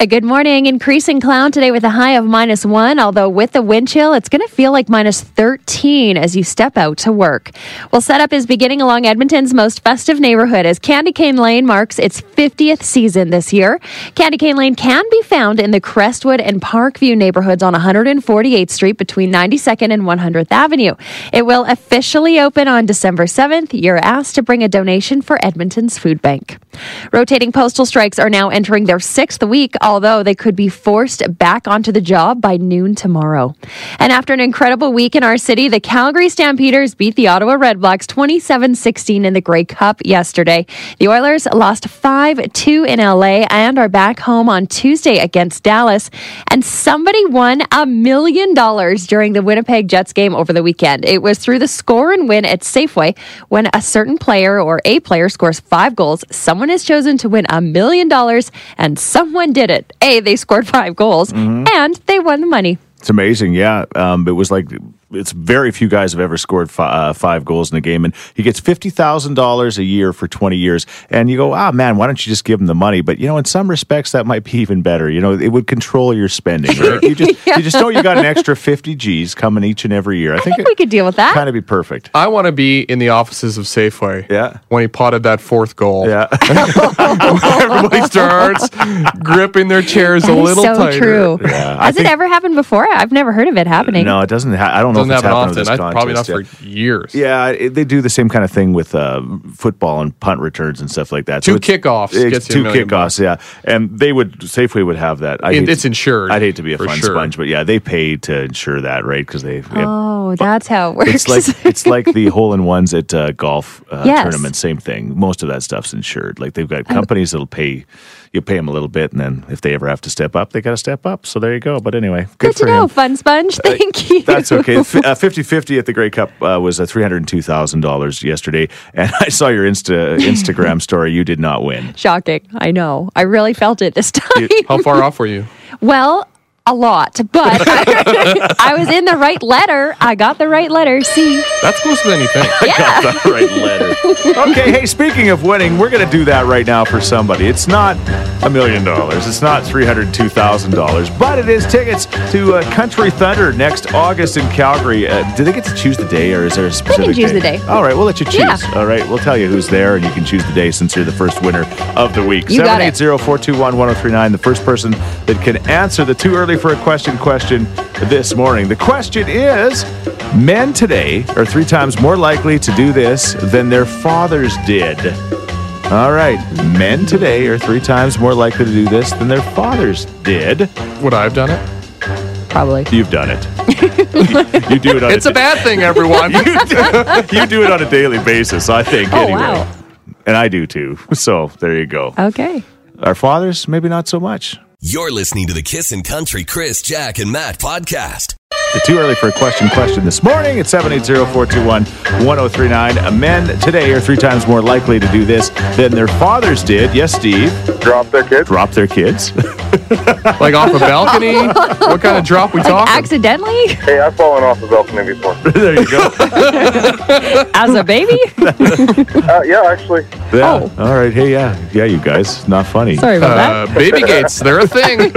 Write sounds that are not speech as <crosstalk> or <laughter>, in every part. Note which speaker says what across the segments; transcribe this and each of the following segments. Speaker 1: A good morning. Increasing cloud today with a high of minus one, although with the wind chill, it's going to feel like minus 13 as you step out to work. Well, setup is beginning along Edmonton's most festive neighborhood as Candy Cane Lane marks its 50th season this year. Candy Cane Lane can be found in the Crestwood and Parkview neighborhoods on 148th Street between 92nd and 100th Avenue. It will officially open on December 7th. You're asked to bring a donation for Edmonton's food bank. Rotating postal strikes are now entering their sixth week, although they could be forced back onto the job by noon tomorrow. And after an incredible week in our city, the Calgary Stampeders beat the Ottawa Redblacks 27 16 in the Grey Cup yesterday. The Oilers lost 5 2 in LA and are back home on Tuesday against Dallas. And somebody won a million dollars during the Winnipeg Jets game over the weekend. It was through the score and win at Safeway when a certain player or a player scores five goals, someone is chosen to win a million dollars, and someone did it. A, they scored five goals,
Speaker 2: Mm-hmm.
Speaker 1: and they won the money.
Speaker 2: It's amazing, yeah. Um, it was like it's very few guys have ever scored fi- uh, five goals in a game, and he gets fifty thousand dollars a year for twenty years. And you go, ah, man, why don't you just give him the money? But you know, in some respects, that might be even better. You know, it would control your spending. Right? You just you just know you got an extra fifty G's coming each and every year. I,
Speaker 1: I think we could deal with that.
Speaker 2: kind of be perfect.
Speaker 3: I want to be in the offices of Safeway.
Speaker 2: Yeah.
Speaker 3: When he potted that fourth goal.
Speaker 2: Yeah,
Speaker 3: <laughs>
Speaker 1: <laughs>
Speaker 3: Everybody starts gripping their chairs
Speaker 1: That
Speaker 3: a
Speaker 1: is
Speaker 3: little
Speaker 1: so
Speaker 3: tighter.
Speaker 1: true.
Speaker 2: Yeah, I
Speaker 1: Has
Speaker 2: think-
Speaker 1: it ever happened before? I've never heard of it happening.
Speaker 2: no, it doesn't. Ha- I don't know
Speaker 3: Doesn't
Speaker 2: if it's
Speaker 3: happen
Speaker 2: happened with
Speaker 3: often.
Speaker 2: this
Speaker 3: I,
Speaker 2: contest.
Speaker 3: probably not
Speaker 2: yeah.
Speaker 3: for years.
Speaker 2: Yeah, it, they do the same kind of thing with uh, football and punt returns and stuff like that.
Speaker 3: Two
Speaker 2: it's-
Speaker 3: kickoffs
Speaker 2: it's
Speaker 3: gets you a
Speaker 2: two
Speaker 3: million
Speaker 2: kickoffs, yeah. And they would Safeway would have that. I
Speaker 3: It-
Speaker 2: hate-
Speaker 3: it's insured,
Speaker 2: I'd hate to be a
Speaker 3: for
Speaker 2: fun
Speaker 3: sure.
Speaker 2: sponge, but yeah, they pay to insure that, right? Because they.
Speaker 1: Oh, <laughs> that's how it works. <laughs>
Speaker 2: It's like it's like the hole in ones at uh, golf uh,
Speaker 1: Yes.
Speaker 2: tournaments. Same thing. Most of that stuff's insured. Like they've got companies that'll pay you pay them a little bit, and then if they ever have to step up, they got to step up. So there you go. But anyway, good,
Speaker 1: Good to
Speaker 2: for
Speaker 1: know,
Speaker 2: him.
Speaker 1: Fun Sponge.
Speaker 3: Uh,
Speaker 1: Thank you.
Speaker 2: That's okay. F- uh, 50-50 at the Grey Cup uh, was uh, $302,000 yesterday. And <laughs> I saw your Insta Instagram
Speaker 1: <laughs>
Speaker 2: story. You did not
Speaker 1: <laughs>
Speaker 2: win.
Speaker 1: Shocking. I know. I really felt it this time.
Speaker 3: <laughs> How far off were you?
Speaker 1: Well, a lot,
Speaker 3: <laughs>
Speaker 1: but <laughs> I was in the right letter. I got the right letter. C.
Speaker 3: That's closer than
Speaker 2: <laughs>
Speaker 3: you think.
Speaker 2: Got that right letter. Okay, hey, speaking of winning, we're going to do that right now for somebody. It's not a million dollars. It's not $302,000, but it is tickets to uh, Country Thunder next August in Calgary. Uh, do they get to choose the day or is there a specific
Speaker 1: choose
Speaker 2: day?
Speaker 1: the day.
Speaker 2: All right, we'll let you choose.
Speaker 1: Yeah.
Speaker 2: All right, we'll tell you who's there and you can choose the day since you're the first winner of the week.
Speaker 1: You got it.
Speaker 2: 780-421-1039. The first person that can answer the too early for a question question this morning. The question is men today are three times more likely to do this than their fathers did. All right, men today are three times more likely to do this than their fathers did.
Speaker 3: Would I have done it?
Speaker 1: Probably.
Speaker 2: You've done
Speaker 1: <laughs>
Speaker 2: it. you do it on
Speaker 3: It's
Speaker 2: a,
Speaker 3: a bad thing,
Speaker 2: <laughs>
Speaker 3: everyone.
Speaker 2: you do, you do it on a daily basis, I think.
Speaker 1: Oh,
Speaker 2: anyway.
Speaker 1: wow. Uh,
Speaker 2: And I do too. <laughs> So there you go.
Speaker 1: Okay.
Speaker 2: Our fathers, maybe not so much.
Speaker 4: You're listening to the Kissin' Country Chris, Jack, and Matt podcast.
Speaker 2: The too early for a question question this morning at 780-421-1039. Men today are three times more likely to do this than their fathers did. Yes, Steve.
Speaker 5: drop their kids.
Speaker 2: Drop their kids.
Speaker 3: <laughs>
Speaker 2: <laughs>
Speaker 3: like off a balcony? what kind of drop we talking?
Speaker 1: Accidentally?
Speaker 5: Hey, I've fallen off the balcony
Speaker 3: <laughs>
Speaker 5: before.
Speaker 2: there
Speaker 1: <laughs>
Speaker 2: you go.
Speaker 1: As a baby?
Speaker 5: uh, yeah, actually,
Speaker 2: Yeah. All right. Hey, yeah. Yeah, you guys. Not funny.
Speaker 1: Oh. Sorry about that.
Speaker 3: uh, baby gates, they're a thing.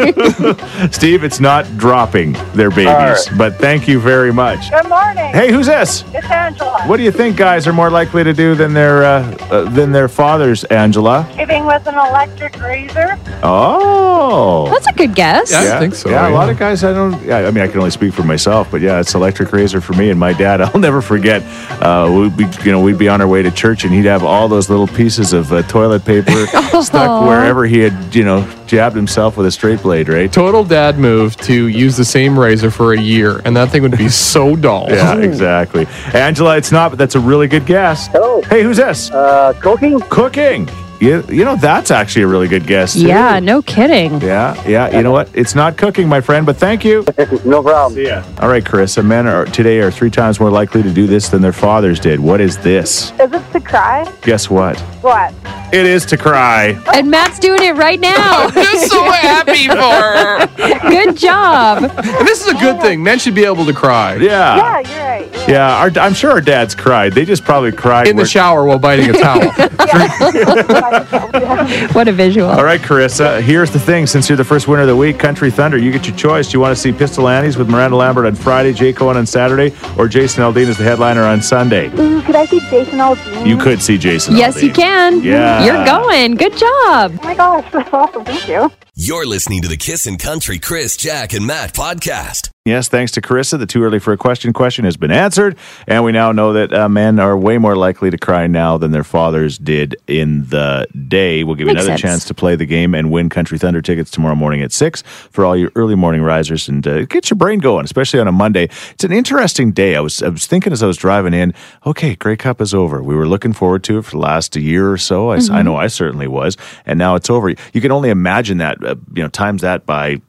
Speaker 1: <laughs>
Speaker 2: Steve, it's not dropping their babies,
Speaker 5: right.
Speaker 2: but thank you very much.
Speaker 6: Good morning.
Speaker 2: Hey, who's this?
Speaker 6: It's Angela.
Speaker 2: What do you think guys are more likely to do than their uh, uh, than their fathers, Angela?
Speaker 6: Living with an electric razor.
Speaker 2: Oh.
Speaker 1: That's a good guess.
Speaker 3: Yeah. I think so,
Speaker 2: Yeah, a
Speaker 3: yeah.
Speaker 2: lot of guys. I don't. Yeah, I mean, I can only speak for myself, but yeah, it's electric razor for me and my dad. <laughs> I'll never forget. Uh, we'd be, you know, we'd be on our way to church, and he'd have all those little pieces of uh, toilet
Speaker 3: <laughs>
Speaker 2: paper
Speaker 3: Oh.
Speaker 2: stuck
Speaker 1: Aw.
Speaker 2: wherever he had, you know, jabbed himself with a straight blade.
Speaker 3: <laughs>
Speaker 2: Right.
Speaker 3: Total dad move to use the same razor for a year, and that thing would be so dull.
Speaker 2: Yeah, exactly. Angela, it's not, but that's a really good guess.
Speaker 5: Hello.
Speaker 2: Hey, who's this?
Speaker 5: uh, cooking.
Speaker 2: Cooking. You, you know, that's actually a really good guess. too.
Speaker 1: Yeah, no kidding.
Speaker 2: Yeah, yeah. You know what? It's not cooking, my friend, but thank you.
Speaker 5: no problem.
Speaker 2: Yeah. All right, Carissa. Men are today are three times more likely to do this than their fathers did. What is this?
Speaker 6: Is it to cry?
Speaker 2: Guess what?
Speaker 6: What?
Speaker 2: It is to cry.
Speaker 1: And Matt's doing it right now.
Speaker 3: <laughs> Just so happy. up before.
Speaker 1: Good job.
Speaker 3: <laughs> and this is a good thing. Men should be able to cry
Speaker 2: Yeah.
Speaker 6: Yeah, you're right. Yeah. <laughs>
Speaker 2: Yeah, our, I'm sure our dads cried. They just probably cried.
Speaker 3: in the
Speaker 2: where-
Speaker 3: shower while biting a towel.
Speaker 1: What a visual.
Speaker 2: All right, Carissa, here's the thing. Since you're the first winner of the week, Country Thunder, you get your choice. Do you want to see Pistol Annie's with Miranda Lambert on Friday, Jay Cohen on Saturday, or Jason Aldean as the headliner on Sunday?
Speaker 6: Ooh, could I see Jason Aldean?
Speaker 2: You could see Jason
Speaker 1: Yes, you
Speaker 2: Aldean.
Speaker 1: can.
Speaker 2: Yeah.
Speaker 1: You're going. Good job.
Speaker 6: Oh my gosh, <laughs> that's awesome. Thank you.
Speaker 4: You're listening to the Kissin' Country Chris, Jack, and Matt podcast.
Speaker 2: Yes, thanks to Carissa, the too early for a question question has been answered, and we now know that uh, men are way more likely to cry now than their fathers did in the day. We'll give you
Speaker 1: Makes
Speaker 2: another
Speaker 1: sense.
Speaker 2: chance to play the game and win Country Thunder tickets tomorrow morning at six for all your early morning risers and uh, get your brain going, especially on a Monday. It's an interesting day. I was I was thinking as I was driving in, okay, Grey Cup is over. We were looking forward to it for the last year or so. I, s-
Speaker 1: Mm-hmm.
Speaker 2: I know I certainly was, and now it's over. You can only imagine that. Uh, you know, times that by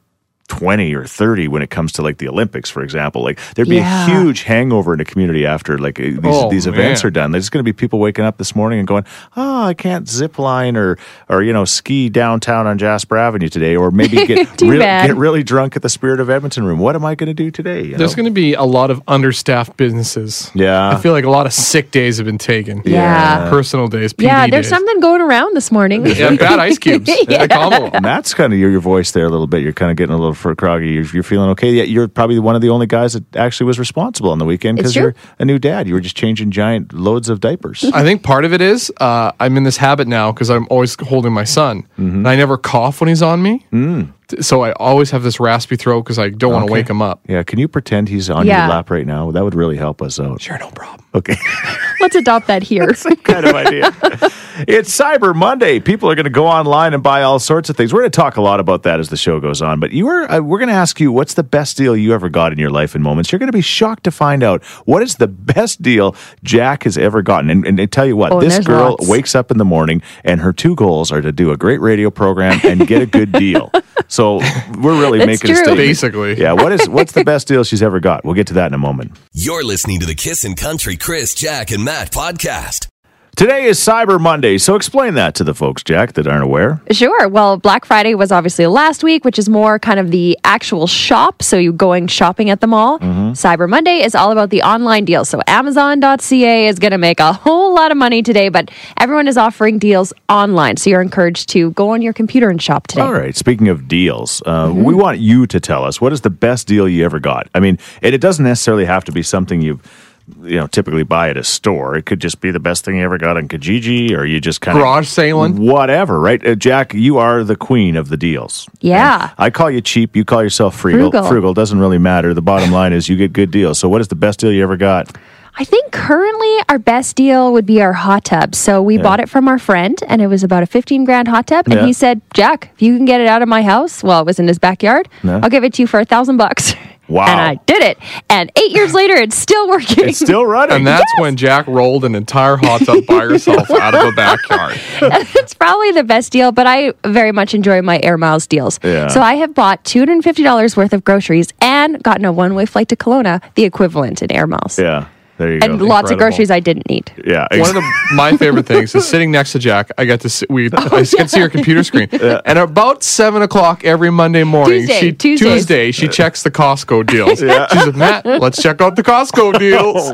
Speaker 2: 20 or 30 when it comes to like the Olympics, for example. Like there'd be
Speaker 1: Yeah.
Speaker 2: a huge hangover in a community after like these,
Speaker 3: Oh,
Speaker 2: these events
Speaker 3: man.
Speaker 2: are done. There's going to be people waking up this morning and going, oh, I can't zip line or, or, you know, ski downtown on Jasper Avenue today, or maybe
Speaker 1: <laughs>
Speaker 2: get,
Speaker 1: Too
Speaker 2: real-
Speaker 1: bad.
Speaker 2: get really drunk at the Spirit of Edmonton room. What am I going to do today? You
Speaker 3: There's
Speaker 2: know?
Speaker 3: going to be a lot of understaffed businesses.
Speaker 2: Yeah.
Speaker 3: I feel like a lot of sick days have been taken.
Speaker 1: Yeah.
Speaker 3: Personal days. PD
Speaker 1: Yeah, there's
Speaker 3: days.
Speaker 1: something going around this morning.
Speaker 3: <laughs> Yeah,
Speaker 1: <laughs>
Speaker 3: bad ice cubes. <laughs> yeah. At Commonwealth.
Speaker 2: Matt's kind of your, your voice there a little bit. You're kind of getting a little fur croggy. You're, you're feeling okay. Yeah, you're probably one of the only guys that actually was responsible on the weekend
Speaker 1: It's
Speaker 2: because
Speaker 1: true.
Speaker 2: you're a new dad. You were just changing giant loads of diapers.
Speaker 3: I think part of it is uh, I'm in this habit now because I'm always holding my son, and I never cough when he's on me. Mm. So I always have this raspy throat because I don't want to wake
Speaker 2: <laughs>
Speaker 3: him up.
Speaker 2: Yeah, can you pretend he's on
Speaker 1: Yeah.
Speaker 2: your lap right now? That would really help us out.
Speaker 3: Sure, no problem.
Speaker 2: Okay, <laughs>
Speaker 1: Let's adopt that here.
Speaker 2: kind of idea. it's Cyber Monday. People are going to go online and buy all sorts of things. We're going to talk a lot about that as the show goes on. But you are, uh, we're going to ask you what's the best deal you ever got in your life in moments. You're going to be shocked to find out what is the best deal Jack has ever gotten. And, and I tell you what,
Speaker 1: Oh, and
Speaker 2: this
Speaker 1: there's
Speaker 2: girl
Speaker 1: lots.
Speaker 2: wakes up in the morning and her two goals are to do a great radio program and get a
Speaker 1: <laughs>
Speaker 2: good deal. So we're really
Speaker 1: That's
Speaker 2: making a
Speaker 1: true.
Speaker 2: statement.
Speaker 3: Basically. <laughs>
Speaker 2: Yeah, what is what's the best deal she's ever got? We'll get to that in a moment.
Speaker 4: You're listening to the Kissin' Country Chris, Jack, and Matt podcast.
Speaker 2: Today is Cyber Monday, so explain that to the folks, Jack, that aren't aware.
Speaker 1: Sure. Well, Black Friday was obviously last week, which is more kind of the actual shop. So you going shopping at the mall.
Speaker 2: Mm-hmm.
Speaker 1: Cyber Monday is all about the online deals. So Amazon.ca is going to make a whole lot of money today, but everyone is offering deals online. So you're encouraged to go on your computer and shop today.
Speaker 2: All right, speaking of deals, uh,
Speaker 3: Mm-hmm.
Speaker 2: we want you to tell us what is the best deal you ever got. I mean, and it doesn't necessarily have to be something you you know, typically buy at a store. It could just be the best thing you ever got on Kijiji or you just kind
Speaker 3: Garage
Speaker 2: of
Speaker 3: sailing.
Speaker 2: whatever, right? Uh, Jack, you are the queen of the deals.
Speaker 1: Yeah.
Speaker 2: I call you cheap, you call yourself frugal.
Speaker 1: Frugal.
Speaker 2: Frugal doesn't really matter. The bottom line is you get good deals. So what is the best deal you ever got?
Speaker 1: I think currently our best deal would be our hot tub. So we bought it from our friend, and it was about a fifteen grand hot tub. And
Speaker 2: Yeah.
Speaker 1: he said, "Jack, if you can get it out of my house, well, it was in his backyard. I'll give it to you for a thousand bucks." <laughs>
Speaker 2: Wow.
Speaker 1: And I did it. And eight
Speaker 2: <sighs>
Speaker 1: years later, it's still working. <laughs>
Speaker 2: It's still running.
Speaker 3: And that's when Jack rolled an entire hot tub by herself out of a backyard.
Speaker 1: it's probably the best deal, but I very much enjoy my air miles deals.
Speaker 2: Yeah.
Speaker 1: So I have bought two hundred and fifty dollars worth of groceries and gotten a one way flight to Kelowna, the equivalent in air miles,
Speaker 2: yeah. There you
Speaker 1: and
Speaker 2: go.
Speaker 1: lots of
Speaker 3: Incredible.
Speaker 1: groceries I didn't need.
Speaker 2: Yeah.
Speaker 3: One of the, my favorite things is sitting next to Jack. I get to see, we I get to see her computer screen, and about seven o'clock every Monday morning,
Speaker 1: Tuesday,
Speaker 3: she
Speaker 1: Tuesdays.
Speaker 3: Tuesday she checks the Costco deals. She said, "Matt, let's check out the Costco deals."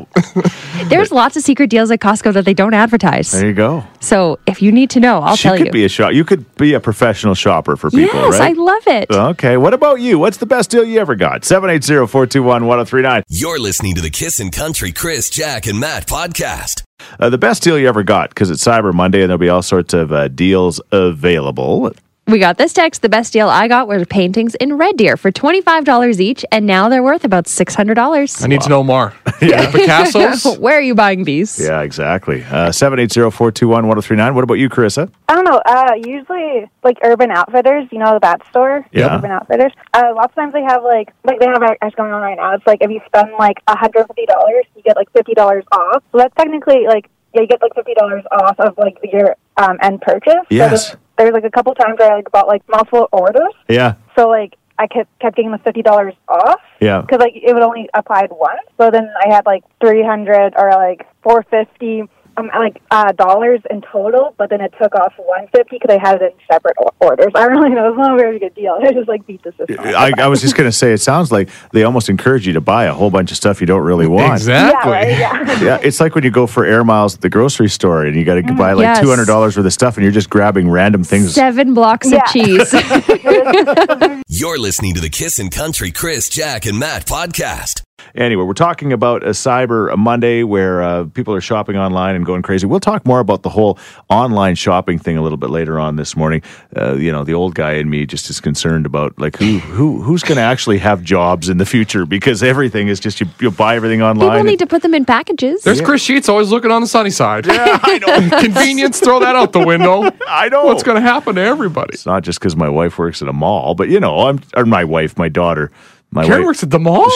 Speaker 1: There's lots of secret deals at Costco that they don't advertise.
Speaker 2: There you go.
Speaker 1: So if you need to know, I'll
Speaker 2: she
Speaker 1: tell
Speaker 2: could
Speaker 1: you.
Speaker 2: be a shop. You could be a professional shopper for people,
Speaker 1: yes,
Speaker 2: right?
Speaker 1: I love it.
Speaker 2: Okay. What about you? What's the best deal you ever got? 780 421 1039.
Speaker 4: You're listening to the Kissin' Country Chris, Jack, and Matt podcast.
Speaker 2: Uh, The best deal you ever got because it's Cyber Monday and there'll be all sorts of uh, deals available.
Speaker 1: we got this text. The best deal I got were paintings in Red Deer for twenty five dollars each, and now they're worth about six hundred dollars.
Speaker 3: I need to know more. Yeah, the Picassos.
Speaker 1: <laughs> Where are you buying these?
Speaker 2: Yeah, exactly. Uh, 780 421 1039. What about you, Carissa?
Speaker 6: I don't know. Uh, usually, like Urban Outfitters, you know the bat store.
Speaker 2: Yeah.
Speaker 6: Urban Outfitters. Uh, lots of times they have like like they have that's going on right now. It's like if you spend like a hundred fifty dollars, you get like fifty dollars off. So that's technically like yeah, you get like fifty dollars off of like your um end purchase. So
Speaker 2: Yes.
Speaker 6: there's- there's like a couple times where I like bought like multiple orders,
Speaker 2: Yeah.
Speaker 6: so like I kept kept getting the fifty dollars off.
Speaker 2: Yeah.
Speaker 6: Because like it would only applied once, so then I had like three hundred or like four fifty um, like uh, dollars in total, but then it took off one fifty because I had it in separate o- orders. I don't really know. It's not a very good deal. <laughs> I just like beat the system.
Speaker 2: I, I was just going to say, it sounds like they almost encourage you to buy a whole bunch of stuff you don't really want.
Speaker 3: Exactly.
Speaker 6: Yeah, right, yeah. <laughs>
Speaker 2: Yeah, it's like when you go for air miles at the grocery store and you got to buy like
Speaker 1: Mm, Yes.
Speaker 2: two hundred dollars worth of stuff, and you're just grabbing random things.
Speaker 1: Seven blocks
Speaker 6: Yeah.
Speaker 1: of
Speaker 2: <laughs>
Speaker 1: cheese.
Speaker 4: You're listening to the Kissin' Country Chris, Jack, and Matt podcast.
Speaker 2: Anyway, we're talking about a Cyber Monday where uh, people are shopping online and going crazy. We'll talk more about the whole online shopping thing a little bit later on this morning. Uh, you know, the old guy in me just is concerned about like who who who's going to actually have jobs in the future because everything is just you, you buy everything online.
Speaker 1: People need to put them in packages.
Speaker 3: There's Chris Sheets always looking on the sunny side.
Speaker 2: yeah,
Speaker 1: <laughs>
Speaker 2: <laughs> I know.
Speaker 3: <laughs> Convenience, throw that out the window.
Speaker 2: I know.
Speaker 3: What's going to happen to everybody?
Speaker 2: It's not just because my wife works at a mall, but you know, I'm or my wife, my daughter, my
Speaker 3: Karen
Speaker 2: wife.
Speaker 3: works at the mall.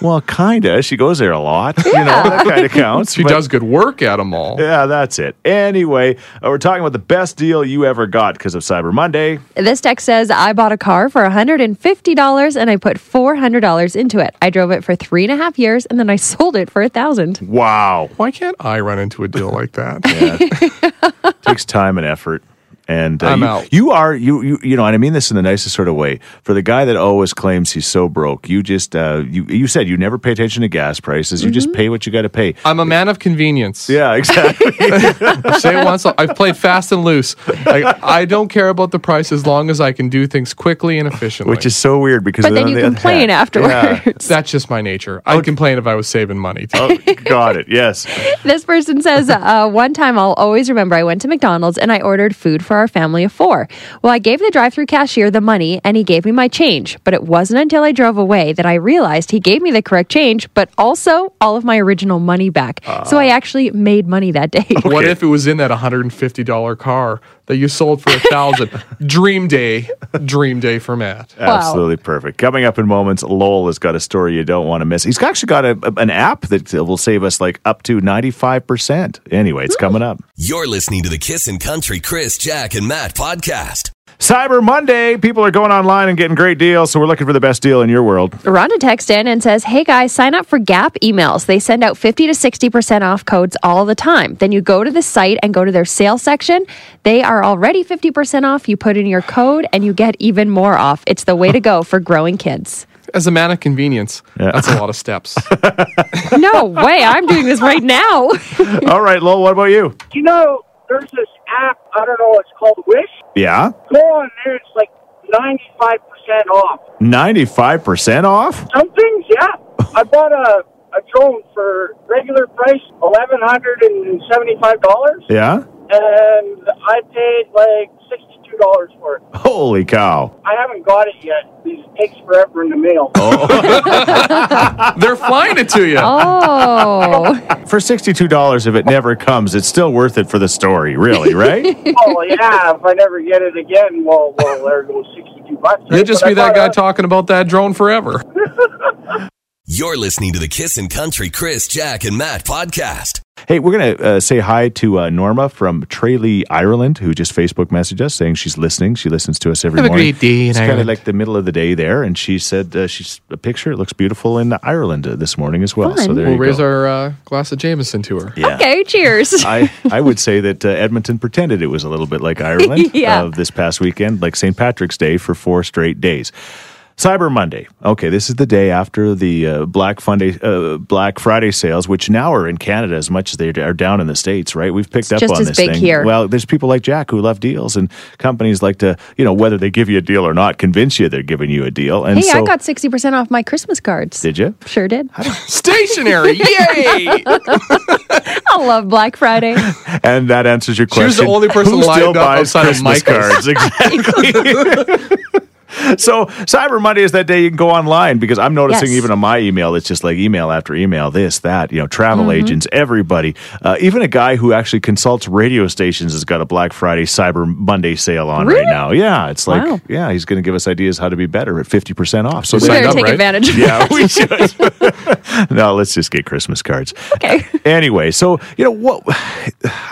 Speaker 2: Well, kinda. She goes there a lot. You know, that kind of counts.
Speaker 3: <laughs> She
Speaker 2: but-
Speaker 3: does good work at a mall.
Speaker 2: Yeah, that's it. Anyway, uh, we're talking about the best deal you ever got because of Cyber Monday.
Speaker 1: This text says, I bought a car for $150 and I put $400 into it. I drove it for three and a half years and then I <laughs> sold it for a thousand.
Speaker 2: Wow,
Speaker 3: Why can't I run into a deal like that?
Speaker 1: <laughs>
Speaker 2: takes time and effort. And uh,
Speaker 3: I'm
Speaker 2: you,
Speaker 3: out.
Speaker 2: you are you, you you know, and I mean this in the nicest sort of way. For the guy that always claims he's so broke, you just uh, you you said you never pay attention to gas prices. You
Speaker 1: Mm-hmm.
Speaker 2: just pay what you got to pay.
Speaker 3: <laughs> I'm a man of convenience.
Speaker 2: Yeah, <laughs> exactly.
Speaker 3: I say it once. I've played fast and loose. Like, I don't care about the price as long as I can do things quickly and efficiently.
Speaker 2: Which is so weird because
Speaker 1: But
Speaker 2: then
Speaker 1: then
Speaker 2: on
Speaker 1: you
Speaker 2: the other
Speaker 1: complain
Speaker 2: hand-
Speaker 1: afterwards.
Speaker 2: <laughs> Yeah.
Speaker 3: that's just my nature. I'd complain if I was saving money. too.
Speaker 2: Oh, got it. Yes.
Speaker 1: This person says, uh, One time I'll always remember I went to McDonald's and I ordered food for our family of four. Well, I gave the drive through cashier the money and he gave me my change, but it wasn't until I drove away that I realized he gave me the correct change, but also all of my original money back. so I actually made money that day. <laughs>
Speaker 3: What if it was in that $150 car that you sold for a thousand? <laughs> dream day, dream day for Matt.
Speaker 1: Wow.
Speaker 2: Absolutely perfect. Coming up in moments, Lowell has got a story you don't want to miss. He's actually got a, an app that will save us like up to 95%. Anyway, it's coming up.
Speaker 4: You're listening to the Kissin' Country Chris, Jack, and Matt podcast.
Speaker 2: Cyber Monday. People are going online and getting great deals, so we're looking for the best deal in your world.
Speaker 1: Rhonda texts in and says, Hey guys, sign up for Gap emails. They send out 50 to 60% off codes all the time. Then you go to the site and go to their sale section. They are already 50% off. You put in your code and you get even more off. It's the way to go for growing
Speaker 2: <laughs>
Speaker 1: kids.
Speaker 3: As a man of convenience, that's a lot of <laughs> steps.
Speaker 1: No way. I'm doing this right now.
Speaker 2: All right, Lowell, what about you?
Speaker 5: You know, there's this app. I don't know. It's called Wish.
Speaker 2: Yeah.
Speaker 5: Go on there. It's like ninety-five percent off.
Speaker 2: 95% off?
Speaker 5: Some things, yeah. I bought a a drone for regular price eleven hundred and seventy-five dollars,
Speaker 2: Yeah.
Speaker 5: and I paid like sixty-two dollars for it.
Speaker 2: Holy cow.
Speaker 5: I haven't got it yet. It takes forever in the mail.
Speaker 3: Oh.
Speaker 5: <laughs>
Speaker 3: They're flying it to you.
Speaker 1: Oh,
Speaker 2: For $62, if it never comes, it's still worth it for the story, really, right?
Speaker 5: oh yeah, if I never get it again, well, well, there goes sixty-two bucks.
Speaker 3: You'll just
Speaker 5: <laughs> But I
Speaker 3: be that
Speaker 5: bought
Speaker 3: guy
Speaker 5: a-
Speaker 3: talking about that drone forever.
Speaker 4: You're listening to the Kissin' Country Chris, Jack, and Matt podcast.
Speaker 2: hey, we're going to uh, say hi to uh, Norma from Tralee, Ireland, who just Facebook messaged us saying she's listening. She listens to us every
Speaker 3: Have a
Speaker 2: morning.
Speaker 3: great day in
Speaker 2: it's kind of
Speaker 3: Ireland.
Speaker 2: like the middle of the day there. And she said uh, she's a picture. It looks beautiful in Ireland uh, this morning as well. So
Speaker 1: Fun.
Speaker 2: there
Speaker 3: We'll
Speaker 2: you
Speaker 3: raise
Speaker 2: go.
Speaker 3: our uh, glass of Jameson to her.
Speaker 2: <laughs> yeah.
Speaker 1: okay. Cheers.
Speaker 2: I, I would say that uh, Edmonton pretended it was a little
Speaker 1: <laughs>
Speaker 2: bit like Ireland
Speaker 1: Yeah.
Speaker 2: uh, this past weekend, like St. Patrick's Day for four straight days. Cyber Monday. Okay, this is the day after the uh, Black Funday, uh, Black Friday sales, which now are in Canada as much as they are down in the states. Right? We've picked up
Speaker 1: just
Speaker 2: on
Speaker 1: as
Speaker 2: this
Speaker 1: big
Speaker 2: thing.
Speaker 1: here.
Speaker 2: Well, there's people like Jack who love deals, and companies like to, you know, whether they give you a deal or not, convince you they're giving you a deal. And
Speaker 1: Hey,
Speaker 2: so,
Speaker 1: I got 60% off my Christmas cards.
Speaker 2: did you?
Speaker 1: Sure did.
Speaker 3: Stationary, yay!
Speaker 1: I love Black Friday.
Speaker 2: And that answers your
Speaker 3: She
Speaker 2: question.
Speaker 3: was the only person
Speaker 2: Who still
Speaker 3: lined up
Speaker 2: buys
Speaker 3: outside of
Speaker 2: Christmas
Speaker 3: Michael's?
Speaker 2: cards? Exactly. <laughs> so Cyber Monday is that day you can go online because I'm noticing
Speaker 1: Yes.
Speaker 2: even on my email, it's just like email after email, this, that, you know, travel
Speaker 1: Mm-hmm.
Speaker 2: agents, everybody. Uh, even a guy who actually consults radio stations has got a Black Friday Cyber Monday sale on right
Speaker 1: Really?
Speaker 2: now. Yeah, it's like,
Speaker 1: Wow.
Speaker 2: yeah, he's going to give us ideas how to be better at 50% off. So
Speaker 3: We
Speaker 1: We
Speaker 3: Signed
Speaker 1: better
Speaker 3: up,
Speaker 1: take
Speaker 3: right?
Speaker 1: advantage <laughs> of
Speaker 2: yeah, we should. <laughs> no, let's just get Christmas cards.
Speaker 1: Okay.
Speaker 2: Anyway, so you know what?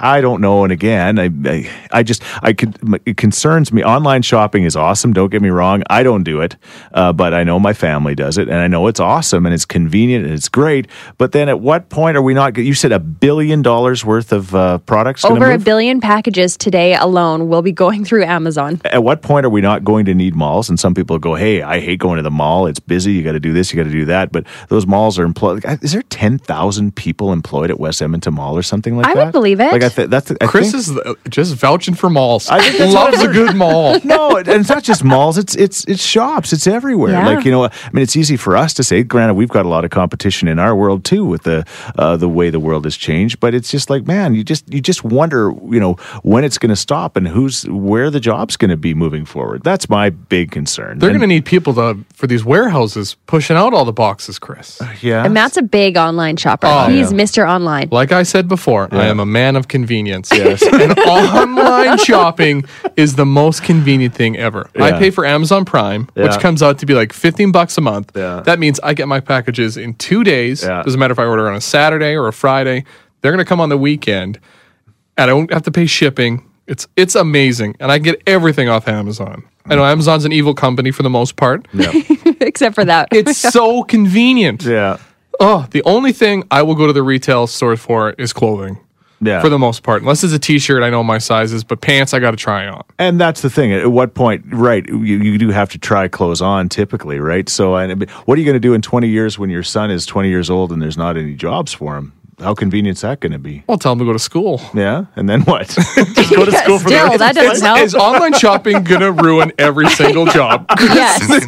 Speaker 2: I don't know. And again, I, I, I just, I could. It concerns me. Online shopping is awesome. Don't get me wrong. I don't do it, uh, but I know my family does it, and I know it's awesome and it's convenient and it's great. But then, at what point are we not? You said a billion dollars worth of uh, products. gonna
Speaker 1: Over a
Speaker 2: move?
Speaker 1: billion packages today alone will be going through Amazon.
Speaker 2: at what point are we not going to need malls? And some people go, "Hey, I hate going to the mall. It's busy. You got to do this. You got to do that." But those malls are employed. Is there ten thousand people employed at West Edmonton Mall or something like
Speaker 1: I
Speaker 2: that?
Speaker 1: would believe it.
Speaker 2: Like I th- that's I
Speaker 3: <laughs> Chris
Speaker 2: think-
Speaker 3: is uh, just vouching for malls.
Speaker 2: I think that's what
Speaker 3: loves
Speaker 2: I've
Speaker 3: a
Speaker 2: <laughs>
Speaker 3: good mall.
Speaker 2: <laughs> no, and it's not just malls. It's it's it's shops. It's everywhere.
Speaker 1: Yeah.
Speaker 2: Like you know, I mean, it's easy for us to say. Granted, we've got a lot of competition in our world too, with the uh, the way the world has changed. But it's just like, man, you just you just wonder, you know, when it's going to stop and who's where the job's going to be moving forward. That's my big concern.
Speaker 3: They're
Speaker 2: And-
Speaker 3: going to need people to for these warehouses pushing out all the boxes, Chris.
Speaker 2: yeah.
Speaker 1: And Matt's a big online shopper.
Speaker 3: Oh,
Speaker 1: He's Mr. Online.
Speaker 3: Like I said before, I am a man
Speaker 2: <laughs>
Speaker 3: of convenience. Yes. and online shopping is the most convenient thing ever. I
Speaker 2: Yeah.
Speaker 3: pay for Amazon Prime,
Speaker 2: Yeah.
Speaker 3: which comes out to be like 15 bucks a month.
Speaker 2: Yeah.
Speaker 3: That means I get my packages in 2 days.
Speaker 2: Yeah.
Speaker 3: Doesn't matter if I order on a Saturday or a Friday. They're going to come on the weekend and I don't have to pay shipping. It's it's amazing and I get everything off Amazon. I know Amazon's an evil company for the most part.
Speaker 1: <laughs> Except for that.
Speaker 3: <laughs> It's so convenient.
Speaker 2: Yeah.
Speaker 3: Oh, the only thing I will go to the retail store for is clothing.
Speaker 2: Yeah.
Speaker 3: For the most part, unless it's a T-shirt, I know my sizes, but pants I got to try on.
Speaker 2: and that's the thing. At what point, right? You, you do have to try clothes on typically, right? So, and, I mean, what are you going to do in 20 years when your son is 20 years old and there's not any jobs for him? How convenient is that going to be?
Speaker 3: I'll tell them to go to school.
Speaker 2: Yeah. And then
Speaker 3: <laughs>
Speaker 2: what? Just go to school for the
Speaker 1: Still,
Speaker 2: rest-
Speaker 1: that doesn't
Speaker 3: Is,
Speaker 1: help.
Speaker 3: is online shopping gonna ruin every
Speaker 1: <laughs>
Speaker 3: single job?
Speaker 1: <laughs>
Speaker 3: <laughs>
Speaker 1: yes.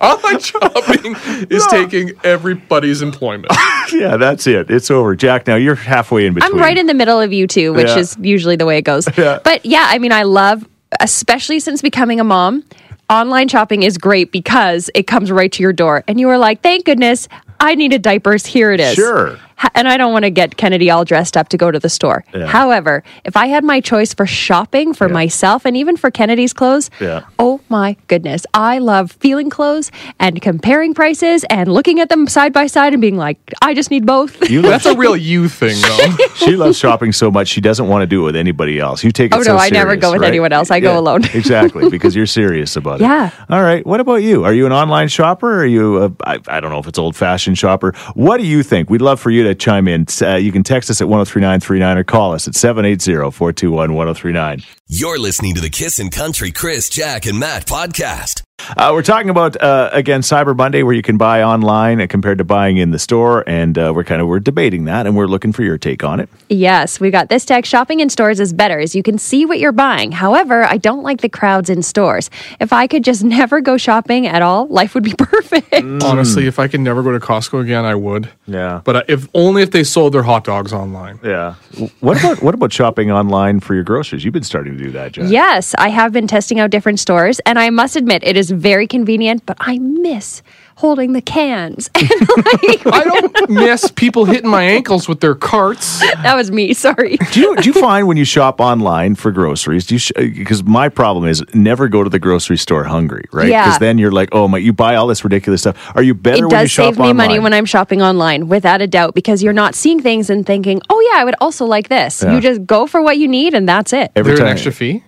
Speaker 3: online shopping is taking everybody's employment.
Speaker 2: Yeah, that's it. It's over. Jack, now you're halfway in between.
Speaker 1: I'm right in the middle of you two, which
Speaker 2: Yeah.
Speaker 1: is usually the way it
Speaker 2: <laughs>
Speaker 1: goes. But yeah, I mean, I love, especially since becoming a mom, online shopping is great because it comes right to your door, and you are like, thank goodness, I needed diapers. Here it is.
Speaker 2: Sure.
Speaker 1: Ha- And I don't want to get Kennedy all dressed up to go to the store.
Speaker 2: Yeah.
Speaker 1: However, if I had my choice for shopping for myself and even for Kennedy's clothes,
Speaker 2: Yeah.
Speaker 1: oh my goodness. I love feeling clothes and comparing prices and looking at them side by side and being like, I just need both.
Speaker 2: You love,
Speaker 3: That's a real you
Speaker 1: <laughs>
Speaker 3: thing, though.
Speaker 2: she loves shopping so much she doesn't want to do it with anybody else. You take it
Speaker 1: Oh,
Speaker 2: so
Speaker 1: no, I never
Speaker 2: serious,
Speaker 1: go with
Speaker 2: right?
Speaker 1: anyone else. I go alone. <laughs>
Speaker 2: exactly, because you're serious about it.
Speaker 1: Yeah.
Speaker 2: All right. What about you? Are you an online shopper? Are you? A, I, I don't know if it's old fashioned shopper. What do you think? We'd love for you to chime in. Uh, you can text us at 103939 or call us at 780-421-1039.
Speaker 4: You're listening to the Kissin' Country Chris, Jack, and Matt podcast.
Speaker 2: Uh, we're talking about uh, again Cyber Monday, where you can buy online uh, compared to buying in the store, and uh, we're kind of we're debating that, and we're looking for your take on it.
Speaker 1: Yes, we got this tag. Shopping in stores is better as you can see what you're buying. However, I don't like the crowds in stores. If I could just <laughs> never go shopping at all, life would be <laughs> perfect.
Speaker 2: Mm.
Speaker 3: Honestly, if I could never go to Costco again, I would.
Speaker 2: Yeah.
Speaker 3: But uh, if only if they sold their hot dogs online.
Speaker 2: Yeah. What about what about shopping online for your groceries? You've been starting to do that, Jack.
Speaker 1: Yes, I have been testing out different stores, and I must admit it is very convenient, but I miss holding the cans. <laughs> And like,
Speaker 3: I don't miss people hitting my ankles with their carts.
Speaker 1: that was me, sorry.
Speaker 2: do you do you find when you shop online for groceries? Do you because my problem is never go to the grocery store hungry, right?
Speaker 1: Yeah.
Speaker 2: Because then you're like, oh my, you buy all this ridiculous stuff. Are you better
Speaker 1: It
Speaker 2: when you
Speaker 1: does
Speaker 2: shop
Speaker 1: save me
Speaker 2: online?
Speaker 1: money when I'm shopping online, without a doubt, because you're not seeing things and thinking, oh, yeah, I would also like this.
Speaker 2: Yeah.
Speaker 1: You just go for what you need, and that's it.
Speaker 2: every
Speaker 3: There's an
Speaker 2: time-
Speaker 3: extra fee.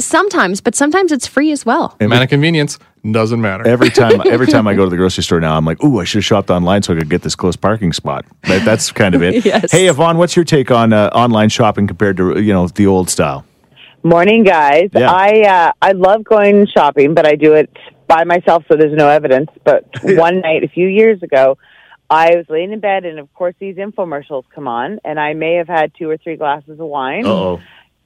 Speaker 1: Sometimes, but sometimes it's free as
Speaker 2: <laughs>
Speaker 1: well.
Speaker 3: Amount of convenience doesn't matter.
Speaker 2: Every time,
Speaker 1: <laughs>
Speaker 2: every time I go to the grocery store now, I'm like, "Ooh, I should have shopped online so I could get this close parking spot." That, that's kind of it.
Speaker 1: <laughs> Yes.
Speaker 2: Hey, Yvonne, what's your take on uh, online shopping compared to you know the old style?
Speaker 7: Morning, guys.
Speaker 2: Yeah.
Speaker 7: I uh, I love going shopping, but I do it by myself, so there's no evidence. But one night a few years ago, I was laying in bed, and of course these infomercials come on, and I may have had two or three glasses of wine,
Speaker 2: Oh,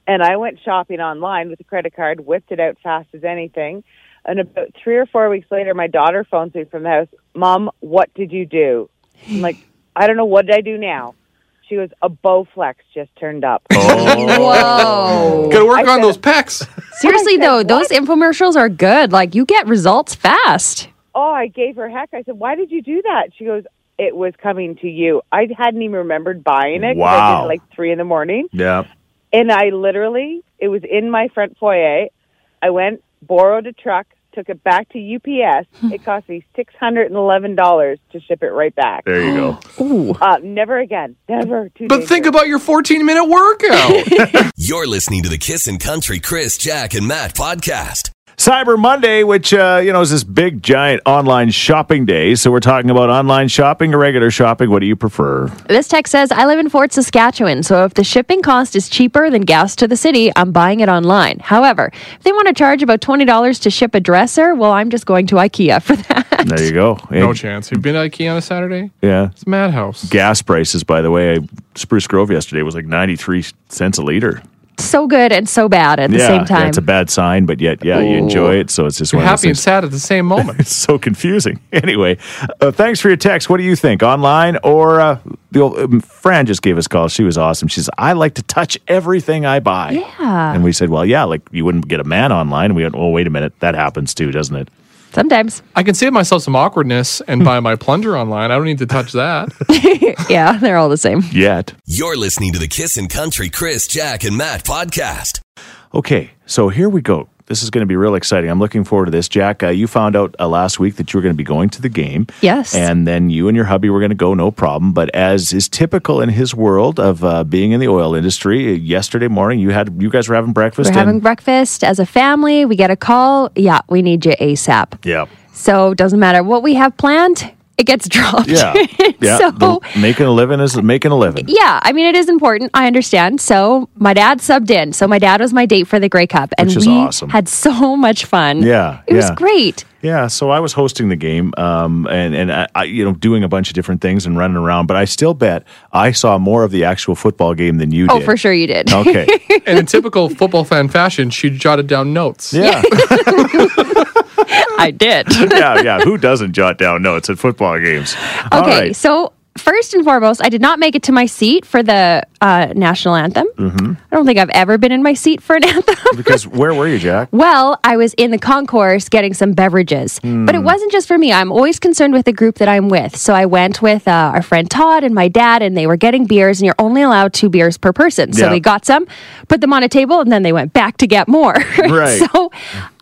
Speaker 7: and I went shopping online with a credit card, whipped it out fast as anything, and about three or four weeks later, my daughter phones me from the house. Mom, what did you do? I'm like, I don't know. What did I do now? She goes, a Bowflex just turned up.
Speaker 1: Whoa.
Speaker 3: Gotta work
Speaker 7: I
Speaker 3: on
Speaker 7: said-
Speaker 3: those pecs.
Speaker 1: Seriously, though, those infomercials are good. Like, you get results fast.
Speaker 7: oh, I gave her heck. I said, why did you do that? She goes, it was coming to you. I hadn't even remembered buying it. 'cause I did
Speaker 2: Wow.
Speaker 7: it like three in the morning.
Speaker 2: yeah.
Speaker 7: And I literally, it was in my front foyer. I went, borrowed a truck, took it back to
Speaker 2: <laughs>
Speaker 7: UPS. it cost me $611 to ship it right back.
Speaker 2: There you go.
Speaker 7: Uh, never again. Never. Too
Speaker 3: But think
Speaker 7: dangerous.
Speaker 3: about your 14 minute workout.
Speaker 4: You're listening to the Kissin' Country Chris, Jack, and Matt podcast.
Speaker 2: Cyber Monday, which uh, you know is this big giant online shopping day. So we're talking about online shopping or regular shopping. What do you prefer?
Speaker 1: This text says, I live in Fort Saskatchewan, so if the shipping cost is cheaper than gas to the city, I'm buying it online. However, if they want to charge about $20 to ship a dresser, well, I'm just going to IKEA for that. <laughs>
Speaker 2: There you go.
Speaker 3: No
Speaker 2: Yeah,
Speaker 3: chance. You've been to IKEA on a Saturday?
Speaker 2: yeah.
Speaker 3: It's madhouse.
Speaker 2: Gas prices, by the way, Spruce Grove yesterday was like ninety three cents a liter.
Speaker 1: so good and so bad at the
Speaker 2: yeah,
Speaker 1: same
Speaker 2: yeah,
Speaker 1: time.
Speaker 2: it's a bad sign, but yet, yeah, you enjoy it. So it's just
Speaker 3: You're
Speaker 2: one of those
Speaker 3: happy and
Speaker 2: things.
Speaker 3: sad at the same moment.
Speaker 2: It's <laughs> so confusing. Anyway, uh, thanks for your text. What do you think? Online or uh, the old um, Fran just gave us a call. She was awesome. She says, I like to touch everything I buy.
Speaker 1: Yeah.
Speaker 2: And we said, well, yeah, like you wouldn't get a man online. And we went, oh, wait a minute. That happens too, doesn't it?
Speaker 1: Sometimes.
Speaker 3: I can save myself some awkwardness and buy my plunger online. I don't need to touch that.
Speaker 1: Yeah, <laughs> they're all the same.
Speaker 2: Yet.
Speaker 4: You're listening to the Kissin' Country Chris, Jack, and Matt podcast.
Speaker 2: Okay, so here we go. This is going to be real exciting. I'm looking forward to this. Jack, uh, you found out uh, last week that you were going to be going to the game.
Speaker 1: Yes.
Speaker 2: And then you and your hubby were going to go, no problem. But as is typical in his world of uh, being in the oil industry, uh, yesterday morning you had you guys were having breakfast.
Speaker 1: We're
Speaker 2: and-
Speaker 1: having breakfast as a family. We get a call. Yeah, we need you ASAP.
Speaker 2: yeah,
Speaker 1: So it doesn't matter what we have planned, it gets <laughs> dropped.
Speaker 2: yeah, yeah.
Speaker 1: so <laughs>
Speaker 2: the- making a living is making a living.
Speaker 1: yeah, I mean it is important. I understand. So my dad subbed in. So my dad was my date for the Grey Cup, and
Speaker 2: Which is
Speaker 1: we
Speaker 2: awesome.
Speaker 1: had so <laughs> much fun.
Speaker 2: Yeah,
Speaker 1: it was
Speaker 2: yeah.
Speaker 1: great.
Speaker 2: Yeah, so I was hosting the game, um, and and I, I, you know, doing a bunch of different things and running around. But I still bet I saw more of the actual football game than you
Speaker 1: Oh,
Speaker 2: did.
Speaker 1: for sure you did.
Speaker 2: Okay.
Speaker 3: And in typical football fan fashion, she jotted down notes.
Speaker 2: Yeah.
Speaker 1: <laughs> I did.
Speaker 2: yeah, yeah. Who doesn't jot down notes at football games? <laughs> All
Speaker 1: Okay,
Speaker 2: right.
Speaker 1: so first and foremost, I did not make it to my seat for the uh, national anthem. Mm-hmm. I don't think I've ever been in my seat for an <laughs> anthem.
Speaker 2: Because where were you, Jack?
Speaker 1: well, I was in the concourse getting some beverages, but
Speaker 2: Hmm.
Speaker 1: it wasn't just for me. I'm always concerned with the group that I'm with. So I went with uh, our friend Todd and my dad, and they were getting beers, and you're only allowed two beers per person. So
Speaker 2: Yeah.
Speaker 1: they got some, put them on a table, and then they went back to get more. <laughs>
Speaker 2: Right.
Speaker 1: so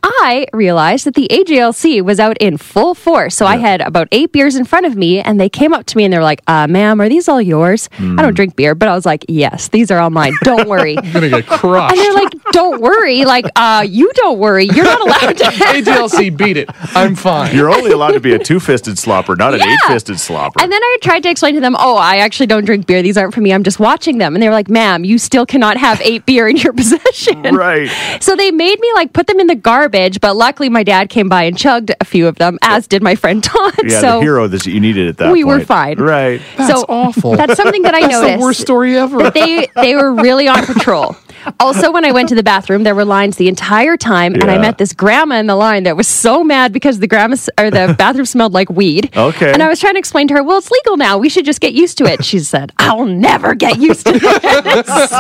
Speaker 1: I realized that the AJLC was out in full force. So I had about eight beers in front of me, and they came up to me and they were like, uh, ma'am, are these all yours? I
Speaker 2: Hmm.
Speaker 1: don't drink beer, but I was like, yes, these are all mine. Don't
Speaker 2: <laughs>
Speaker 1: worry. and
Speaker 3: You're going to get crushed.
Speaker 1: they're like, don't worry. Like, uh, you don't worry. You're not allowed
Speaker 3: <laughs>
Speaker 1: to.
Speaker 3: ADLC beat it. I'm fine.
Speaker 2: You're
Speaker 1: <laughs>
Speaker 2: only allowed to be a two fisted slopper, not an
Speaker 1: Yeah.
Speaker 2: eight fisted slopper.
Speaker 1: And then I tried to explain to them, oh, I actually don't drink beer. These aren't for me. I'm just watching them. And they were like, ma'am, you still cannot have eight beer in your <laughs> possession.
Speaker 2: right.
Speaker 1: So they made me like put them in the garbage, but luckily my dad came by and chugged a few of them, as did my friend Todd.
Speaker 2: Yeah,
Speaker 1: so
Speaker 2: the hero that you needed at that
Speaker 1: we were
Speaker 2: point.
Speaker 1: fine.
Speaker 2: Right.
Speaker 3: That's
Speaker 1: so
Speaker 3: awful.
Speaker 1: That's something that I
Speaker 3: That's
Speaker 1: noticed.
Speaker 3: the worst story ever.
Speaker 1: that they they were really on patrol. Also, when I went to the bathroom, there were lines the entire time, and I
Speaker 2: Yeah.
Speaker 1: met this grandma in the line that was so mad because the grandma s- or
Speaker 2: <laughs>
Speaker 1: the bathroom smelled like weed.
Speaker 2: Okay.
Speaker 1: and I was trying to explain to her, well, it's legal now. We should just get used to it. She said, "I'll never get used to this."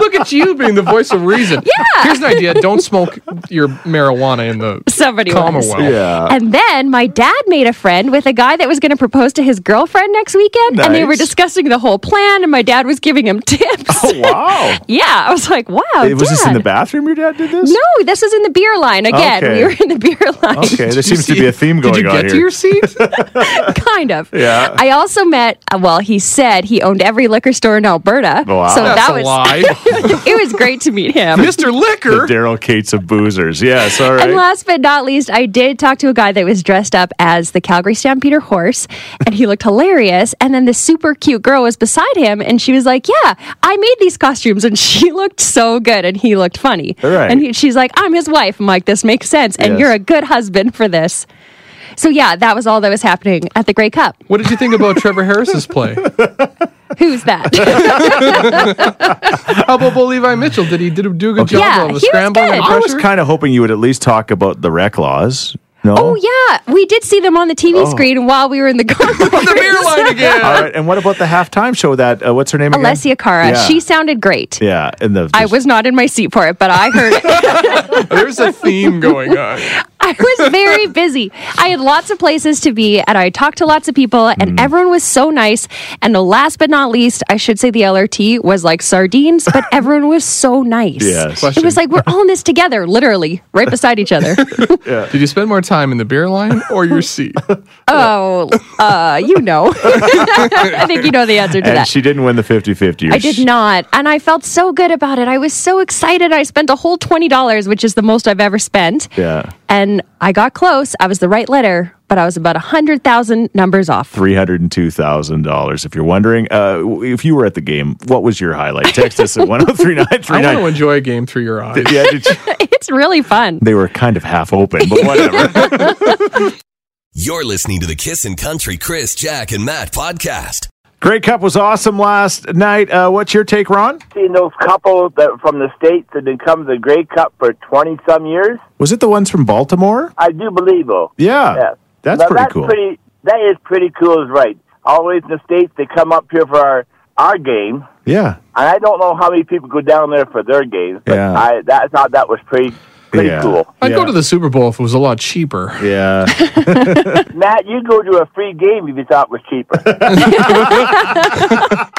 Speaker 3: Look at you being the voice of reason. Yeah. Here's an idea. Don't smoke your marijuana in the
Speaker 1: <laughs> Somebody was.
Speaker 3: Commonwealth.
Speaker 2: Yeah.
Speaker 1: And then my dad made a friend with a guy that was going to propose to his girlfriend next weekend, and they were
Speaker 2: Nice.
Speaker 1: discussing the whole plan. And my dad was giving him <laughs> tips. <laughs>
Speaker 2: Oh, wow.
Speaker 1: Yeah, I was like, "Wow,
Speaker 2: Hey, was this in the
Speaker 1: Dad.
Speaker 2: bathroom your dad did this?
Speaker 1: No, this is in the beer line again.
Speaker 2: Okay.
Speaker 1: We were in the beer <laughs> line,
Speaker 2: Okay, there
Speaker 3: Did you
Speaker 2: seems to
Speaker 3: see-
Speaker 2: be a theme going
Speaker 3: Did you
Speaker 2: on
Speaker 3: get
Speaker 2: here.
Speaker 3: to
Speaker 1: <laughs>
Speaker 3: your seat?
Speaker 1: kind of.
Speaker 2: Yeah.
Speaker 1: I also met. uh, Well, he said he owned every liquor store in Alberta.
Speaker 2: Wow.
Speaker 1: So
Speaker 3: That's
Speaker 1: that
Speaker 3: a
Speaker 1: was.
Speaker 3: lie.
Speaker 1: <laughs> it was great to meet him.
Speaker 3: Mr.
Speaker 2: the
Speaker 3: Liquor.
Speaker 2: Daryl Cates of boozers. Yes, all
Speaker 1: And
Speaker 2: right.
Speaker 1: last but not least, I did talk to a guy that was dressed up as the Calgary Stampeder horse, and he looked hilarious. And then this super cute girl was beside him, and she was like, "Yeah, I made these costumes," and she <laughs> looked so good, and he looked funny.
Speaker 2: All right.
Speaker 1: And he, she's like, "I'm his wife." I'm like, "This makes sense," and
Speaker 2: Yes.
Speaker 1: you're a good husband for this. So yeah, that was all that was happening at the Grey Cup.
Speaker 3: What did you think about Trevor Harris's play?
Speaker 1: Who's
Speaker 2: <laughs>
Speaker 1: that?
Speaker 3: How about Levi Mitchell? Did he did he do a good job
Speaker 1: Yeah,
Speaker 3: on
Speaker 1: he
Speaker 3: the
Speaker 1: was
Speaker 3: scramble
Speaker 1: good.
Speaker 3: and
Speaker 1: I
Speaker 2: I
Speaker 3: pressure?
Speaker 2: was kind of hoping you would at least talk about the rec laws. No?
Speaker 1: oh yeah, we did see them on the TV
Speaker 2: Oh.
Speaker 1: screen while we were in the
Speaker 2: <laughs>
Speaker 1: concourse.
Speaker 3: the beer line again.
Speaker 2: All right. And what about the halftime show that, uh, what's her name again?
Speaker 1: <laughs> Alessia Cara,
Speaker 2: Yeah.
Speaker 1: she sounded great.
Speaker 2: Yeah. And the,
Speaker 1: I was not in my seat for it, but I heard it.
Speaker 3: There's a theme going on.
Speaker 1: <laughs> I was very busy. I had lots of places to be, and I talked to lots of people, and
Speaker 2: Mm.
Speaker 1: everyone was so nice. And last but not least, I should say the LRT was like sardines,
Speaker 2: <laughs>
Speaker 1: but everyone was so nice.
Speaker 2: Yes.
Speaker 1: It was like we're all in this together, literally, right beside each
Speaker 2: <laughs>
Speaker 1: other.
Speaker 3: <laughs> Did you spend more time in the beer line or <laughs> your seat?
Speaker 1: oh, uh, you know. <laughs> I think you know the answer to
Speaker 2: And
Speaker 1: that.
Speaker 2: she didn't win the 50 50.
Speaker 1: I did not. And I felt so good about it. I was so excited. I spent a whole $20, which is the most I've ever spent.
Speaker 2: Yeah.
Speaker 1: And I got close. I was the right letter, but I was about 100,000 numbers
Speaker 2: <laughs>
Speaker 1: off.
Speaker 2: $302,000. If you're wondering, uh, if you were at the game, what was your highlight? Text us
Speaker 3: <laughs>
Speaker 2: at
Speaker 3: I want to
Speaker 2: 103939.
Speaker 3: enjoy a game through your eyes.
Speaker 2: <laughs> Yeah, did you-
Speaker 1: It's really fun.
Speaker 2: they were kind of half open, but
Speaker 3: <laughs>
Speaker 2: whatever.
Speaker 4: You're listening to the Kissin' Country Chris, Jack, and Matt podcast.
Speaker 2: Great Cup was awesome last night. Uh, what's your take, Ron?
Speaker 5: Seen those couple that from the states that had come to the Grey Cup for twenty some years.
Speaker 2: Was it the ones from Baltimore?
Speaker 5: I do believe though.
Speaker 2: Yeah.
Speaker 5: Yeah.
Speaker 2: That's
Speaker 5: Now,
Speaker 2: pretty cool.
Speaker 5: pretty- that is pretty cool. Is right. Always in the states they come up here for our our game,
Speaker 2: yeah.
Speaker 5: and I don't know how many people go down there for their games. But
Speaker 2: Yeah.
Speaker 5: I that thought that was pretty pretty
Speaker 2: Yeah.
Speaker 5: cool.
Speaker 3: I'd
Speaker 2: Yeah.
Speaker 3: go to the Super Bowl if it was a lot cheaper. <laughs>
Speaker 2: Yeah.
Speaker 5: Matt, you go to a free game if you thought it was cheaper.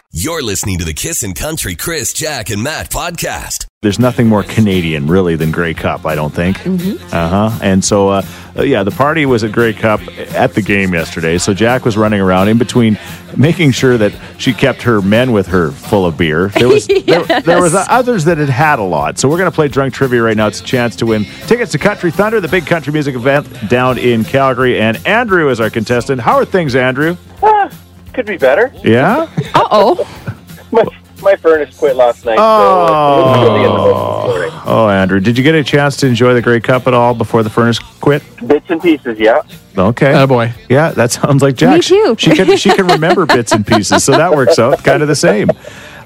Speaker 5: <laughs>
Speaker 4: You're listening to the Kissin' Country Chris, Jack, and Matt podcast.
Speaker 2: There's nothing more Canadian, really, than Grey Cup, I don't think. Uh huh. And so, uh, uh, yeah, the party was at Grey Cup at the game yesterday. So Jack was running around in between making sure that she kept her men with her full of beer. There was there, there was
Speaker 1: Yes.
Speaker 2: others that had had a lot. So we're going to play drunk trivia right now. It's a chance to win tickets to Country Thunder, the big country music event down in Calgary. And Andrew is our contestant. How are things, Andrew?
Speaker 5: Eh, Could be better.
Speaker 2: Yeah.
Speaker 1: Uh oh.
Speaker 5: My, my furnace quit last night.
Speaker 2: Oh.
Speaker 5: So it's really in the middle of the story.
Speaker 2: Oh, Andrew, did you get a chance to enjoy the Grey Cup at all before the furnace quit?
Speaker 5: Bits and pieces, yeah.
Speaker 2: Okay.
Speaker 3: Oh boy.
Speaker 2: Yeah, that sounds like Jack.
Speaker 1: Me too.
Speaker 2: She can she can remember bits and pieces, so that works out. Kind of the same.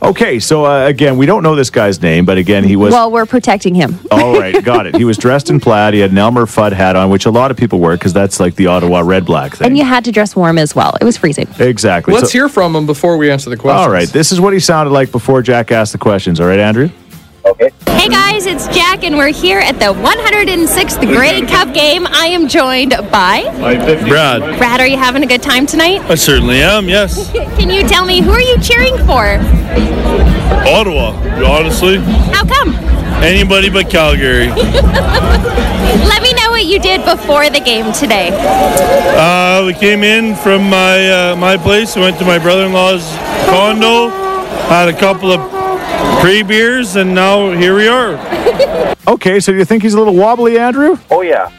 Speaker 2: Okay, so uh, again, we don't know this guy's name, but again, he was.
Speaker 1: Well, we're protecting him.
Speaker 2: <laughs> all right, got it. He was dressed in plaid. He had an Elmer Fudd hat on, which a lot of people wear because that's like the Ottawa red black thing.
Speaker 1: And you had to dress warm as well. It was freezing.
Speaker 2: exactly.
Speaker 3: Let's
Speaker 2: So-
Speaker 3: hear from him before we answer the question.
Speaker 2: All right, this is what he sounded like before Jack asked the questions. All right, Andrew.
Speaker 5: Okay.
Speaker 1: Hey guys, it's Jack, and we're here at the 106th Grey Cup game. I am joined by
Speaker 8: Brad.
Speaker 1: Brad. Are you having a good time tonight?
Speaker 2: Uh,
Speaker 8: I certainly am, yes.
Speaker 1: Can you tell me who are you cheering for?
Speaker 8: Ottawa, honestly.
Speaker 1: How come?
Speaker 8: Anybody but Calgary.
Speaker 1: Let me know what you did before the game today.
Speaker 8: Uh, we came in from my uh, my place, went to my brother in law's condo, had a couple of pre beers, and now here we are.
Speaker 2: <laughs> Okay, so you think he's a little wobbly, Andrew?
Speaker 5: Oh, yeah.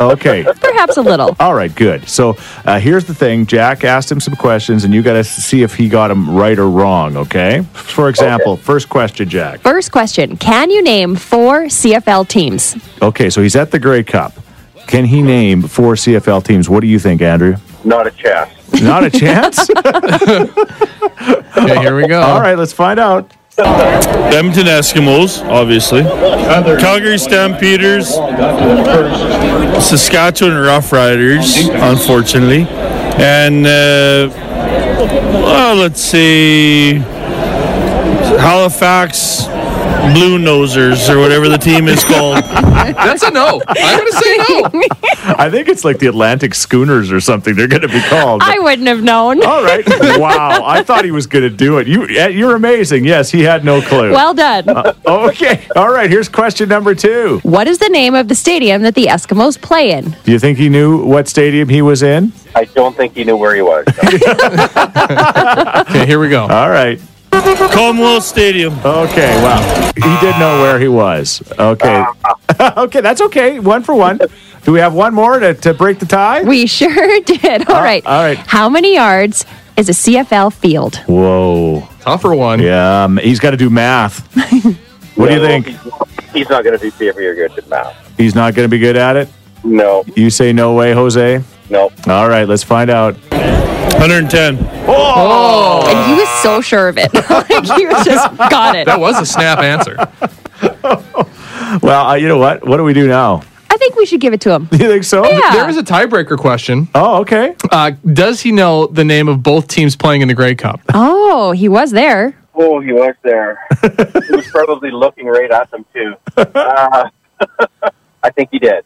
Speaker 2: Okay.
Speaker 1: Perhaps a little.
Speaker 2: All right, good. So uh, here's the thing: Jack asked him some questions, and you got to see if he got them right or wrong. Okay. For example, first question, Jack.
Speaker 1: First question Can you name four CFL teams?
Speaker 2: Okay, so he's at the Grey Cup. Can he name four CFL teams? What do you think, Andrew?
Speaker 5: Not a chance.
Speaker 2: Not a
Speaker 5: <laughs>
Speaker 2: chance.
Speaker 3: Okay, here we go.
Speaker 2: All right, let's find out.
Speaker 8: Edmonton Eskimos, obviously. Calgary Stampeders. Saskatchewan Rough Riders, unfortunately. And, uh, well, let's see. Halifax Blue Nosers, or whatever the team is called.
Speaker 3: That's a no. I'm gonna say <laughs> no.
Speaker 2: I think it's like the Atlantic Schooners or something. They're going to be called.
Speaker 1: I wouldn't have known. <laughs>
Speaker 2: All right. Wow. I thought he was going to do it. You, yeah, you're amazing. Yes, he had no clue.
Speaker 1: Well done.
Speaker 2: okay. All right. Here's question number two.
Speaker 1: Uh, What is the name of the stadium that the Eskimos play in?
Speaker 2: Do you think he knew what stadium he was in?
Speaker 5: I don't think he knew where he was.
Speaker 3: Okay, here we go.
Speaker 2: All right.
Speaker 8: Commonwealth Stadium.
Speaker 2: Okay, wow. He did know where he was. Okay. <laughs> okay, that's okay. One for one. Do we have one more to, to break the tie?
Speaker 1: We sure <laughs> did. All right.
Speaker 2: all right.
Speaker 1: How many yards is a CFL field?
Speaker 2: Whoa.
Speaker 3: Tougher one.
Speaker 2: Yeah, um, he's got to do
Speaker 1: <laughs>
Speaker 2: math. What do you think?
Speaker 5: He's not going to be very good at math.
Speaker 2: He's not going to be good at it?
Speaker 5: No,
Speaker 2: You say no way, Jose?
Speaker 5: no.
Speaker 2: All right, let's find out.
Speaker 8: 110.
Speaker 1: and he was so sure of it. <laughs> like he was just got it.
Speaker 3: That was a
Speaker 2: <laughs>
Speaker 3: snap answer.
Speaker 2: Well, uh, you know what? What do we do now? <laughs>
Speaker 1: I think we should give it to him.
Speaker 2: You think so?
Speaker 1: Yeah.
Speaker 3: There is a tiebreaker question.
Speaker 2: Oh, okay.
Speaker 3: Uh, does he know the name of both teams playing in the Grey Cup?
Speaker 1: Oh, he was there.
Speaker 5: Oh,
Speaker 2: <laughs>
Speaker 5: he was there. he was probably looking right at them, too. Uh, <laughs> I think he did.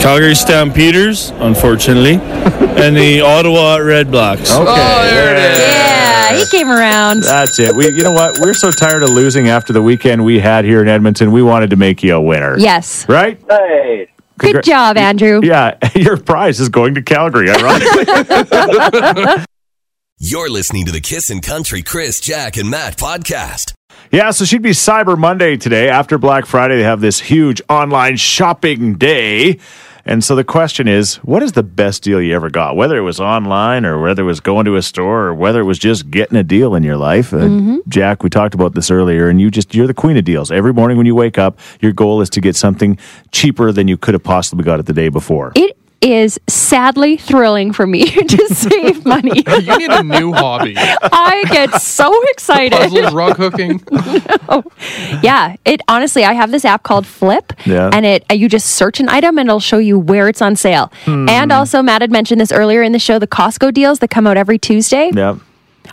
Speaker 8: Calgary Stampeders, unfortunately, and the Ottawa Red Blacks.
Speaker 2: Okay.
Speaker 3: there it is.
Speaker 1: Yeah, he came around.
Speaker 2: That's it. We, you know what? We're so tired of losing after the weekend we had here in Edmonton. We wanted to make you a winner.
Speaker 1: Yes.
Speaker 2: Right?
Speaker 5: Hey,
Speaker 2: Congra-
Speaker 1: Good job, Andrew.
Speaker 2: Yeah. <laughs> Your prize is going to Calgary, ironically.
Speaker 4: You're listening to the Kissin' Country Chris, Jack, and Matt podcast.
Speaker 2: yeah. So she'd be Cyber Monday today. After Black Friday, they have this huge online shopping day. And so the question is, what is the best deal you ever got? Whether it was online or whether it was going to a store or whether it was just getting a deal in your life. Uh, Jack, we talked about this earlier, and you just, you're the queen of deals. Every morning when you wake up, your goal is to get something cheaper than you could have possibly got it the day before.
Speaker 1: It is sadly thrilling for me <laughs> to save money.
Speaker 3: You need a new
Speaker 2: <laughs>
Speaker 3: hobby.
Speaker 1: I get so excited.
Speaker 3: Puzzles, rug hooking.
Speaker 1: Yeah, it honestly, I have this app called Flip,
Speaker 2: Yeah.
Speaker 1: and it you just search an item and it'll show you where it's on sale.
Speaker 2: Hmm.
Speaker 1: And also, Matt had mentioned this earlier in the show: the Costco deals that come out every Tuesday.
Speaker 2: Yeah,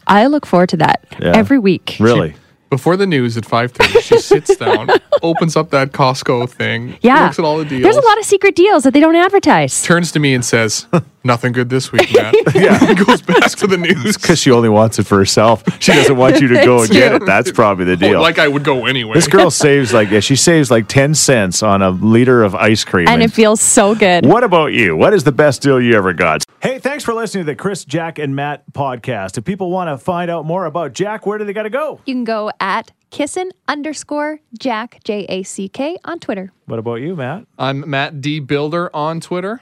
Speaker 1: I look forward to that
Speaker 2: Yeah.
Speaker 1: every week.
Speaker 2: <laughs> really.
Speaker 3: Before the news at 5.30,
Speaker 1: <laughs>
Speaker 3: she sits down, opens up that Costco thing,
Speaker 1: Yeah,
Speaker 3: looks at all the deals,
Speaker 1: There's a lot of secret deals that they don't advertise.
Speaker 3: turns to me
Speaker 1: <laughs>
Speaker 3: and says, nothing good this week, Matt. yeah. <laughs> goes back to the news.
Speaker 2: Because she only wants it for herself. She doesn't want you <laughs> to go and get it. That's probably the deal.
Speaker 3: Like I would go anyway.
Speaker 2: this girl saves like yeah, she saves like ten cents on a liter of ice cream.
Speaker 1: And it
Speaker 2: and-
Speaker 1: feels so good.
Speaker 2: What about you? What is the best deal you ever got? Hey, thanks for listening to the Chris, Jack, and Matt podcast. If people want to find out more about Jack, where do they got to go?
Speaker 1: You can go at kissin underscore Jack J A C K on Twitter.
Speaker 2: What about you, Matt?
Speaker 3: I'm Matt D. Builder on Twitter.